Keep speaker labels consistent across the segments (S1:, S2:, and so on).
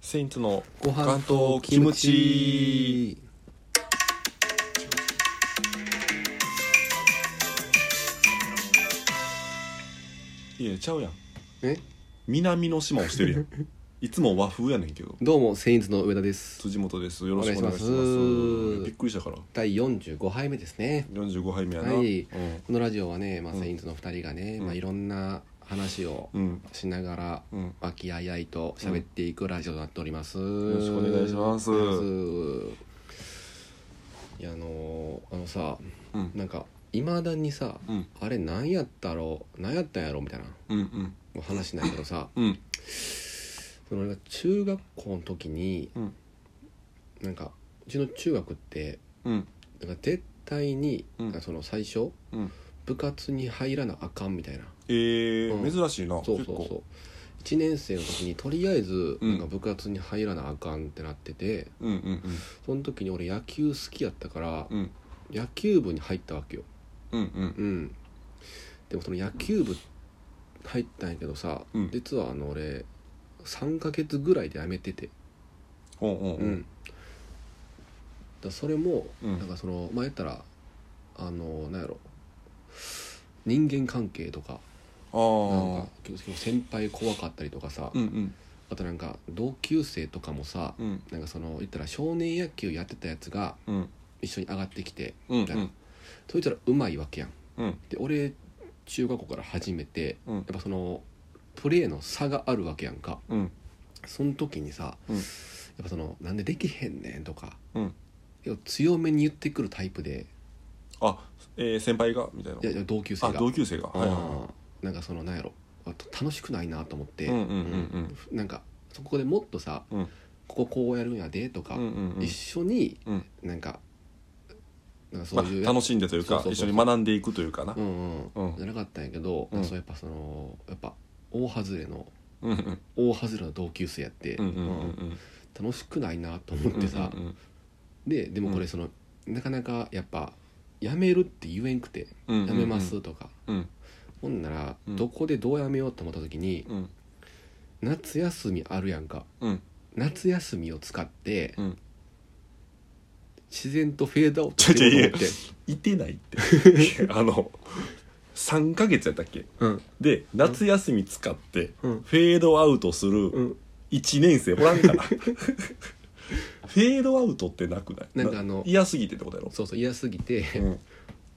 S1: セインツの
S2: ご飯とキムチ
S1: いやちゃうやん
S2: え
S1: 南の島をしてるやん いつも和風やねんけど
S2: どうもセインズの上田です
S1: 辻本ですよろしくお願いします
S2: お願いします
S1: びっくりしたから
S2: 第45杯目ですね
S1: 45杯目やな、
S2: はい
S1: うん
S2: このラジオはね、まあ、
S1: うん
S2: セインズの2人がね、
S1: うん
S2: まあ、いろんな話を
S1: うん
S2: しながら
S1: うんよ
S2: 和気あいあいと喋っていくラジオになっております、
S1: ろしくお願いします
S2: お
S1: う
S2: 願いしますいやあのーあのさ
S1: ん
S2: なんかいまだにさ
S1: うん
S2: あれなんやったろうなんやったんやろみたいな
S1: うんうん
S2: もう話なんやけどさ
S1: うん
S2: その中学校の時に、
S1: うん
S2: なんかうちの中学って
S1: うん
S2: なんか絶対に、
S1: うん
S2: なんかその最初、
S1: うん
S2: 部活に入らなあかんみたいな
S1: えー
S2: うん
S1: 珍しいな
S2: そうそうそう1年生の時にとりあえず
S1: うん
S2: なんか部活に入らなあかんってなってて、
S1: ううんうん
S2: その時に俺野球好きやったから、
S1: うん
S2: 野球部に入ったわけよ
S1: うんうん
S2: うんでもその野球部入ったんやけどさ、
S1: うん
S2: 実はあの俺3ヶ月ぐらいで辞めてて
S1: うんうん
S2: う、
S1: うんん
S2: だからそれも、
S1: うん
S2: なんかそのまあ言ったらあのなんやろ人間関係とか
S1: あ
S2: なん
S1: あ
S2: か結構先輩怖かったりとかさ、
S1: うんうん
S2: あとなんか同級生とかもさ、
S1: うん
S2: なんかその言ったら少年野球やってたやつが
S1: うん
S2: 一緒に上がってきて
S1: うんうん
S2: だからそいつらうまいわけやん
S1: うん
S2: で俺中学校から始めて
S1: うん
S2: やっぱそのプレーの差があるわけやんか
S1: うん
S2: その時にさ、
S1: うん
S2: やっぱその「なんでできへんねん」とか
S1: うん
S2: 要は強めに言ってくるタイプで
S1: あえー先輩がみたいない
S2: やいや同級生
S1: あ
S2: が
S1: 同級生がはいはいは
S2: うんなんかそのなんやろあと楽しくないなと思って、
S1: いうんうんうん
S2: なんかそこでもっとさ、
S1: うん
S2: こここうやるんやでとか、
S1: うんうんうんうん
S2: 一緒に
S1: うん
S2: なんかなんかそ
S1: ま
S2: ういう、
S1: あ楽しんでというか
S2: そうそう
S1: 一
S2: そ
S1: 緒
S2: う
S1: に学んでいくというかな
S2: うんうん、
S1: うん
S2: じゃなかったんやけど、
S1: うん
S2: そうやっぱそのやっぱ大外れの
S1: うんうん
S2: 大外れの同級生やって、
S1: うんうんうん
S2: うん楽しくないなと思ってさ、
S1: うん
S2: ででもこれその、なかなかやっぱやめるって言えんくて
S1: うんうん
S2: やめますとか、
S1: うん
S2: ほんなら
S1: うん
S2: どこでどうやめようと思った時に、
S1: うん
S2: 夏休みあるやんか
S1: うん
S2: 夏休みを使って、
S1: うん
S2: 自然とフェードアウト
S1: ちょちょ
S2: しようと思って
S1: いてないって あの3ヶ月やったっけ
S2: うん
S1: で夏休み使って
S2: うん
S1: フェードアウトす
S2: う
S1: る
S2: ん
S1: 1年生おらんから フェードアウトってなくない
S2: なんかあの
S1: 嫌すぎてってことやろ
S2: そうそう嫌すぎて、
S1: うん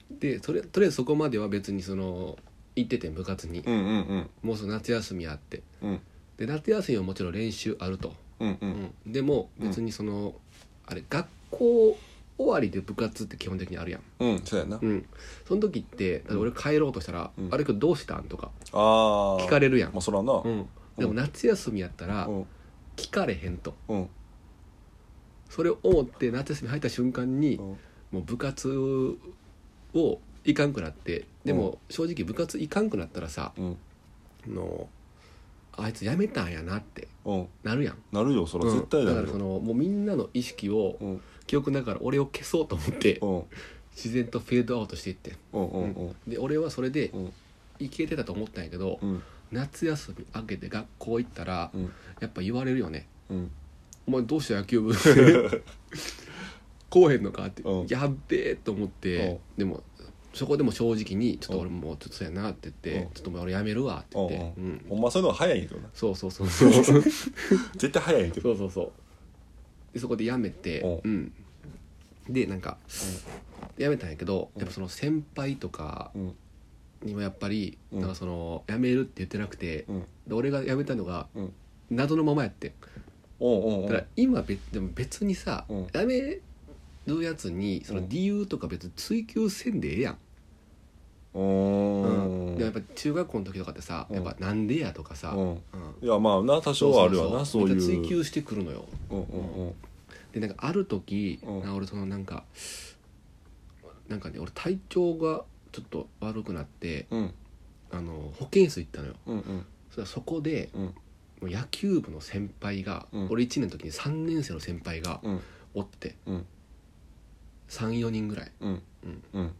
S2: でそれとりあえずそこまでは別にその行ってて部活に、
S1: うんうん
S2: もうその夏休みあって
S1: うん
S2: で夏休みはもちろん練習あると、
S1: うんうん
S2: うんでも別にその、あれ学校終わりで部活って基本的にあるやん、
S1: うんそうやな
S2: うん、その時ってだって俺帰ろうとしたら「
S1: うん
S2: あれ今日どうしたん?」とか
S1: ああ
S2: 聞かれるやん
S1: まあそらな
S2: う、
S1: うん
S2: でも夏休みやったら
S1: ん
S2: 聞かれへんと
S1: うん
S2: それを思って夏休み入った瞬間に
S1: うん
S2: もう部活を行かんくなってでも正直部活行かんくなったらさ
S1: うん
S2: あのあいつ辞めたんやなって
S1: うん
S2: なるやん
S1: なるよそら絶対だ
S2: だか
S1: よ
S2: らそのもうみんなの意識を
S1: うん
S2: 記憶ながら俺を消そうと思って
S1: うん
S2: 自然とフェードアウトしていって
S1: うんうんうん
S2: で俺はそれで
S1: うん
S2: いけてたと思ったんやけど
S1: うん
S2: 夏休み明けて学校行ったら
S1: うん
S2: やっぱ言われるよね
S1: うん
S2: 「お前どうした野 球部」こうへんのかって、
S1: うん
S2: やっべえと思って、でもそこでも正直に「ちょっと俺もうちょっとそうやな」って言って
S1: うん
S2: 「ちょっともう俺やめるわ」って言って、
S1: う
S2: うん
S1: ほんまそういうのは早いんやけどな
S2: そうそうそうそうそう
S1: 絶対早いんやけど
S2: そうそうでそこでやめて、
S1: う
S2: うんでなんか、やめたんやけどやっぱその先輩とか
S1: うん
S2: にもやっぱり、
S1: うん
S2: なんかそのやめるって言ってなくて、
S1: うん
S2: で俺がやめたのが
S1: うん
S2: 謎のままやってん
S1: おうんうん
S2: だから今別でも別にさ、
S1: うん
S2: やめるやつにその理由とか別に追求せんでええやん、
S1: うん
S2: でもやっぱ中学校の時とかってさ、
S1: うん
S2: やっぱなんでやとかさ、
S1: う
S2: うん
S1: んいやまあな多少はあるわなそう
S2: めっちゃ
S1: い
S2: 追
S1: う
S2: 求してくるのよ
S1: うんうん
S2: でなんかある時、
S1: うん
S2: な俺そのなんかなんかね俺体調がちょっと悪くなって
S1: うん
S2: あの保健室行ったのよ
S1: うんうん
S2: そしたらそこで
S1: うん
S2: もう野球部の先輩が、
S1: うん
S2: 俺1年の時に3年生の先輩が
S1: うん
S2: おって、
S1: うん
S2: 34人ぐらい
S1: うんうん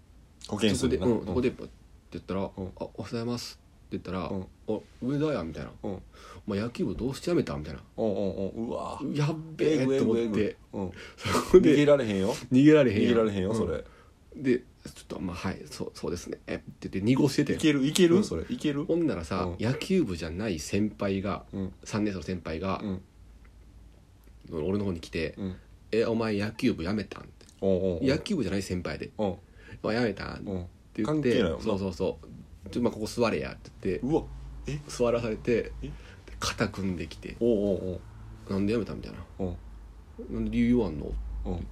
S1: 保健
S2: そ
S1: 室
S2: こで、
S1: で
S2: うん、そこで、って言ったら、
S1: ん
S2: あ、おはようございます。言ったら「
S1: うん
S2: お上田や」みたいな「
S1: うん
S2: お前野球部どうしてやめた?」みたいな
S1: うんうんうんうわ
S2: 「やっべ
S1: えぐ
S2: え」
S1: え
S2: と
S1: ぐ
S2: 思
S1: え
S2: っ
S1: ぐ
S2: て
S1: うん
S2: そこ
S1: 逃げ
S2: で
S1: られへんよ
S2: 逃げられへん
S1: 逃
S2: や
S1: げられへんよそれ、
S2: うんでちょっと「まあはいそうそうですね」って言って濁して
S1: い
S2: て
S1: けるいける、
S2: うん
S1: それいける
S2: ほんならさ、
S1: うん
S2: 野球部じゃない先輩が
S1: うん
S2: 3年生の先輩が
S1: う、ん
S2: 俺の方に来て
S1: うん
S2: 「えお前野球部やめたん?」って
S1: うんうんうん
S2: 野球部じゃない先輩で
S1: うん
S2: 「お前やめたん?」
S1: う
S2: っ
S1: ん
S2: て言っ
S1: 関係
S2: て
S1: ないもんな
S2: そうそうそう「ちょっとまあここ座れや」って言って
S1: うわ
S2: 座らされて
S1: え
S2: で肩組んできて
S1: おうおう
S2: 「なんでやめた?」みたいな
S1: おう
S2: 「なんで理由あんの?」
S1: うんうん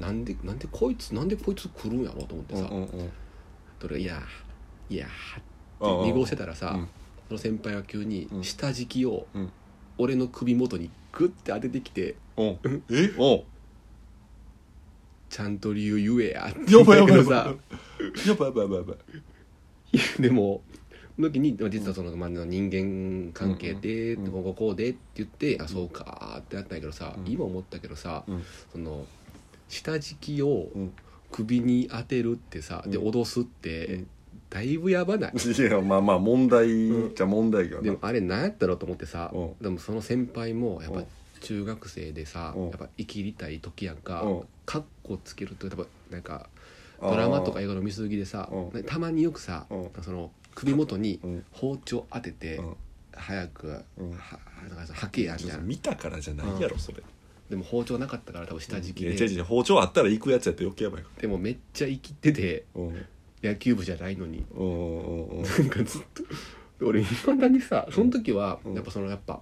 S2: ななんでなんでこいつなんでこいつ来るんやろと思って
S1: うん
S2: さ、
S1: うんうん
S2: それが「いやーいや
S1: うん
S2: ー」
S1: うん
S2: って濁してたらさ、
S1: うん
S2: その先輩が急に
S1: うん
S2: 下敷きを
S1: うん
S2: 俺の首元にグッて当ててきて
S1: うんえお
S2: 「ちゃんと理由言えや」って
S1: や
S2: 言っ
S1: ばいやば
S2: たけ
S1: いや
S2: ど
S1: ばいや
S2: さ
S1: ばいやばいやばいやばい
S2: でもその時に実はそのまあ人間関係で
S1: うんうん
S2: こうこうこうでって言って「あそうか」ってなったんやけどさ
S1: うん
S2: 今思ったけどさ
S1: うん
S2: その下敷きを
S1: うん
S2: 首に当てるってさで
S1: うん
S2: 脅すっ
S1: う
S2: て
S1: ん
S2: だいぶやばない
S1: いやまあまあ問題じゃ問題よ
S2: で
S1: な
S2: もあれなんやったろうと思ってさ
S1: うん
S2: でもその先輩もやっ
S1: う
S2: ぱ
S1: ん
S2: 中学生でさ
S1: うん
S2: やっぱ生きりたい時やんか
S1: うん
S2: カッコつけるとやっぱなんかドラマとか映画の見過ぎでさ
S1: う
S2: たまによくさ
S1: う
S2: その首元に
S1: うん
S2: 包丁当てて
S1: うん
S2: 早く
S1: うん
S2: はなんかはけやみたいな
S1: 見たからじゃないやろそれ
S2: でも包丁なかったから多分下敷き
S1: いや違う
S2: で
S1: 違う包丁あったら行くやつやって余計やばいか
S2: でもめっちゃ生きてて
S1: らうんうん
S2: 野球部じゃないのに
S1: うんうんうん
S2: なんかずっと俺いまだにさその時は
S1: うん
S2: やっぱそのやっぱ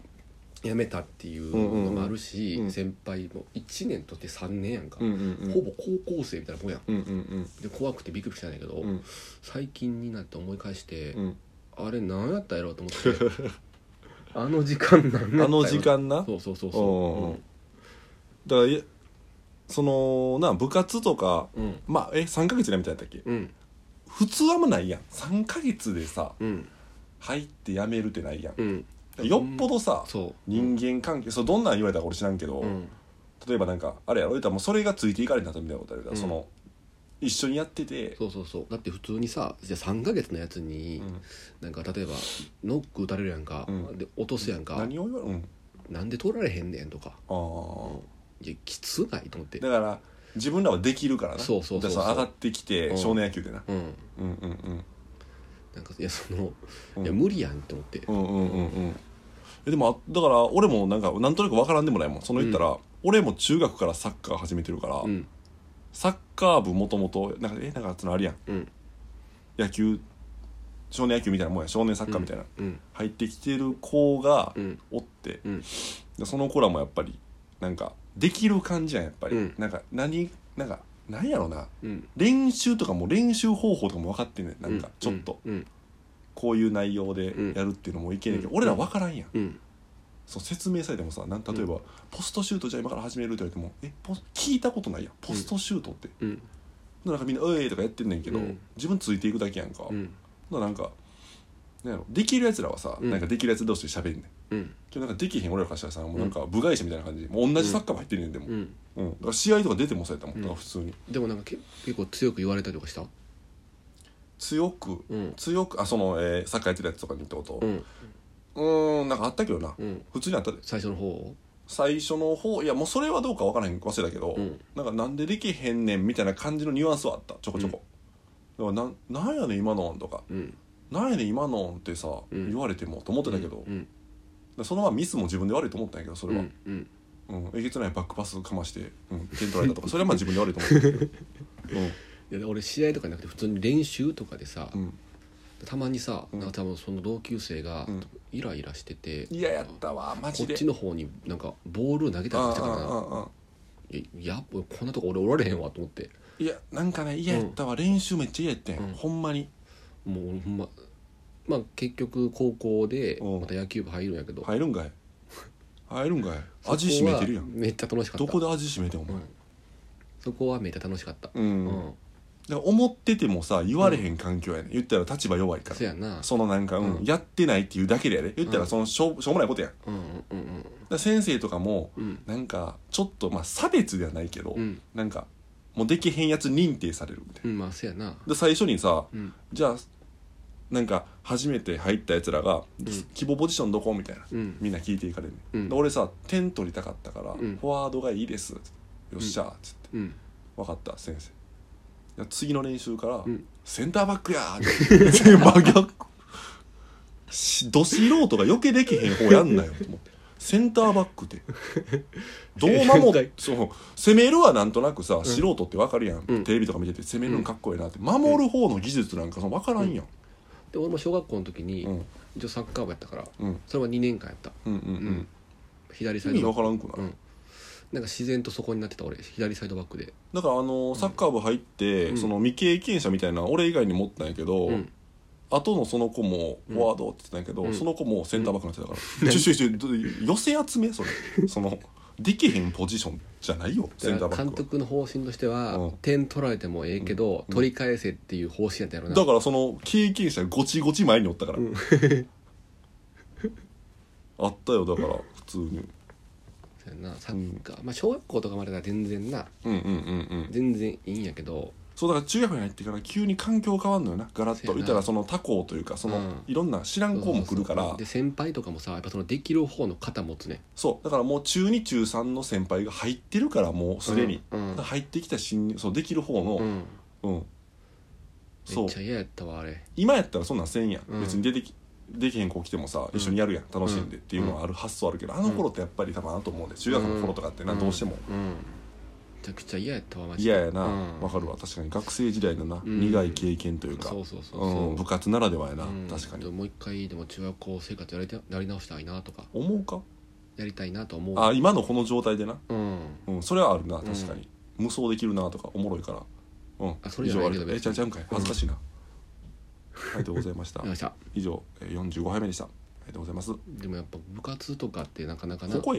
S2: 辞めたっていうのもあるし、
S1: うんうんうん
S2: 先輩も1年とって3年やんか、
S1: うんうん
S2: ほぼ高校生みたいなもんやん
S1: うんうん
S2: で怖くてビクビクしたんやけど、
S1: うんうん
S2: 最近になって思い返して、
S1: うん
S2: あれ何やったやろうと思って あの時間何やったやろ
S1: あの時間な
S2: そうそうそう
S1: うんうんう
S2: そ
S1: んだからいやそのな部活とか
S2: ううん
S1: まあえ3ヶ月でみたいやったっけ
S2: うん
S1: 普通あんまないやん3ヶ月でさ
S2: うん
S1: 入ってやめるってないやん
S2: うん
S1: よっぽどさ
S2: そう
S1: 人間関係そうどんなん言われたか俺知らんけど、
S2: うん
S1: 例えばなんかあれやろ言うたらもうそれがついていかれなかったみたいなことやるから、
S2: うん
S1: その一緒にやってて
S2: そうそうそうだって普通にさじゃあ3ヶ月のやつに、
S1: うん
S2: なんか例えばノック打たれるやんか、
S1: うん
S2: で落とすやんか、
S1: 何を言われうん
S2: なんで取られへんねんとか
S1: あー
S2: いやきつないと思って
S1: だから自分らはできるからな
S2: そうそうそうそう
S1: だから上がってきて、
S2: うん
S1: 少年野球でな、
S2: うん
S1: うん、うんうん
S2: なんかいやその、
S1: うん
S2: いや無理やんと思って、
S1: うんうんうんうんえでもあだから俺もなんかなんとなく分からんでもないもんその言ったら、俺も中学からサッカー始めてるから、
S2: うん
S1: サッカー部もともとなんかえなんかそのあれやん
S2: うん
S1: 野球少年野球みたいなもんや少年サッカーみたいな、
S2: うん
S1: 入ってきてる子が
S2: うん
S1: おって、
S2: うん
S1: でその子らもやっぱりなんかできる感じやんやっぱり、
S2: うん
S1: なんか何なんかなんやろな
S2: うん
S1: 練習とかも練習方法とかも分かってんねんなんかちょっと
S2: うん
S1: こういう内容でやるっていうのもいけねんけど、
S2: うん
S1: 俺ら分からんやん、
S2: うん
S1: そう説明されてもさなん例えば、ポストシュートじゃあ今から始める」って言われても「えポス聞いたことないやんポストシュートって」
S2: うん
S1: なんかみんな「うえ」とかやってんねんけど、
S2: うん
S1: 自分ついていくだけやんか、
S2: うん
S1: なんかなんやろできるやつらはさ、
S2: うん
S1: なんかできるやつ同士で喋んねん
S2: うん
S1: けどなんかできへん俺らからしたらさもうなんか部外者みたいな感じでもう同じサッカー部入ってんねんでも、
S2: うん
S1: うんだから試合とか出てもそうやったもん、
S2: うん
S1: だから普通に
S2: でもなんかけ結構強く言われたりとかした
S1: 強く
S2: うん
S1: 強くあその、えーサッカーやってるやつとかにってこと
S2: うん
S1: うーんなんかあったけどな、
S2: うん
S1: 普通にあったで
S2: 最初の方
S1: 最初の方いやもうそれはどうか分からへん忘れたけど、
S2: うん
S1: なんかなんでできへんねんみたいな感じのニュアンスはあったちょこちょこ、だからなんなんやねん今のんとか
S2: うん
S1: なんやねん今のんってさ、
S2: うん
S1: 言われてもと思ってたけど、だか
S2: うん
S1: らそのままミスも自分で悪いと思ったんやけどそうれは、
S2: んうん
S1: うん、えげつないバックパスかまして、うん、点取られたとかそれはまあ自分で悪いと 思うけど
S2: いや俺試合とかじゃなくて普通に練習とかでさ
S1: うん、うん、
S2: たまにさ
S1: うん
S2: なんか多分その同級生が
S1: うん
S2: イライラしてて
S1: いややったわマ
S2: こ
S1: ジ
S2: っ
S1: で
S2: ちの方になんかボールを投げたり
S1: ああ
S2: とかしたからな
S1: あああ
S2: いややっぱこんなとこ俺おられへんわと思って
S1: いやなんかね嫌やったわ、練習めっちゃ嫌やったんや、
S2: うん
S1: ほんまに
S2: もうほんままあ結局高校で
S1: うん
S2: また野球部入るんやけど
S1: 入るんか い入るんかい味しめてるや
S2: そ
S1: ん
S2: こはめっちゃ楽しかった
S1: どこで味しめてんお前
S2: うんそこはめっちゃ楽しかった
S1: うん、
S2: う
S1: だから思っててもさ言われへん環境やねん言ったら立場弱いから
S2: そやな
S1: そのなんか、うん
S2: うん
S1: やってないっていうだけでやで言った
S2: う
S1: ら
S2: ん
S1: そのしょうしょうもないことやんだか
S2: うんうんうん
S1: ら先生とかも
S2: うん
S1: なんかちょっとまあ差別ではないけど、
S2: うん
S1: なんかもうできへんやつ認定されるみたいな
S2: うんまあそやな
S1: で最初にさ
S2: うん
S1: じゃあなんか初めて入ったやつらが、
S2: ん
S1: 希望ポジションどこみたいな、
S2: うん
S1: みんな聞いていかれんね、
S2: うん
S1: で俺さ点取りたかったから、
S2: ん
S1: フォワードがいいですよっしゃーっつって、
S2: うん
S1: 分かった先生いや次の練習から、
S2: ん
S1: センターバックやーって 全部真逆しど素人が余計できへん方やんなよと思ってセンターバックでどう守 っそう攻めるはなんとなくさ、素人って分かるやん、
S2: うん
S1: テレビとか見てて攻めるのかっこいいなって守る方の技術なんか分からんやん、
S2: で俺も小学校の時に、
S1: うん
S2: 一応サッカー部やったから
S1: うん、
S2: それは2年間やった
S1: うんうんうん
S2: 左
S1: 意
S2: サイ
S1: 味
S2: ド
S1: 分
S2: バッ
S1: からんく
S2: ク、う
S1: ない、
S2: ん、なんか自然とそこになってた俺左サイドバックで
S1: だからあのーサッカー部入って、
S2: うん
S1: その未経験者みたいな俺以外に持ったんやけど、
S2: うん
S1: 後のその子もフォワードって言ってたんやけど、
S2: うん
S1: その子もセンターバックになってたから、ちょちょちょど寄せ集めそれそのできへんポジションじゃないよセンタ
S2: だ
S1: ー
S2: か
S1: バッ
S2: ら監
S1: クは
S2: 督の方針としては、
S1: うん
S2: 点取られてもええけど、
S1: うん
S2: 取り返せっていう方針やったやろな
S1: だからその経験者ごちごち前におったから、 あったよだから普通に
S2: そうやなサッカー、まあ小学校とかまでは全然な
S1: うんうんうんうん
S2: 全然いいんやけど
S1: そうだから中学に入ってから急に環境変わんのよなガラッ
S2: そうや
S1: と
S2: な
S1: 言ったらその他校というかその、
S2: うん
S1: いろんな知らん校も来るから
S2: そうそうそうで先輩とかもさやっぱそのできる方の肩持つね
S1: そうだからもう中2中3の先輩が入ってるからもうすでに、
S2: うんうん
S1: だから入ってきた新入そうできる方
S2: う
S1: の
S2: ん
S1: うん、
S2: め
S1: そ
S2: っ
S1: う
S2: ちゃ嫌やったわあれ
S1: 今やったらそんなんせんやん、
S2: うん
S1: 別に出てきできへん子来てもさ一緒にやるやん楽しんでっていうのはある発想あるけど、あの頃ってやっぱり多分あると思うんで中学の頃とかってな、どうしても
S2: うんめちゃくちゃ嫌やったわマジで
S1: 嫌やなわ
S2: うん、、
S1: かるわ確かに学生時代のな、
S2: ん
S1: 苦い経験というか
S2: そうそうそうそう
S1: うん、部活ならではやな、
S2: うん
S1: 確か
S2: で
S1: に
S2: ももう一回でも中学校生活やりたやり直したいなとか
S1: 思うか
S2: やりたいなと思う
S1: あ今のこの状態でな、
S2: うん
S1: うん、それはあるな確かに、無双できるなとかおもろいからうん
S2: あそれじゃないけど
S1: 以上あれえち
S2: 別に
S1: ゃうちゃうんかい恥ずかしいな、ありがとうございました
S2: わか りました
S1: 以上えー45杯目でしたありがとうございます
S2: でもやっぱ部活とかってなかなかな
S1: ここ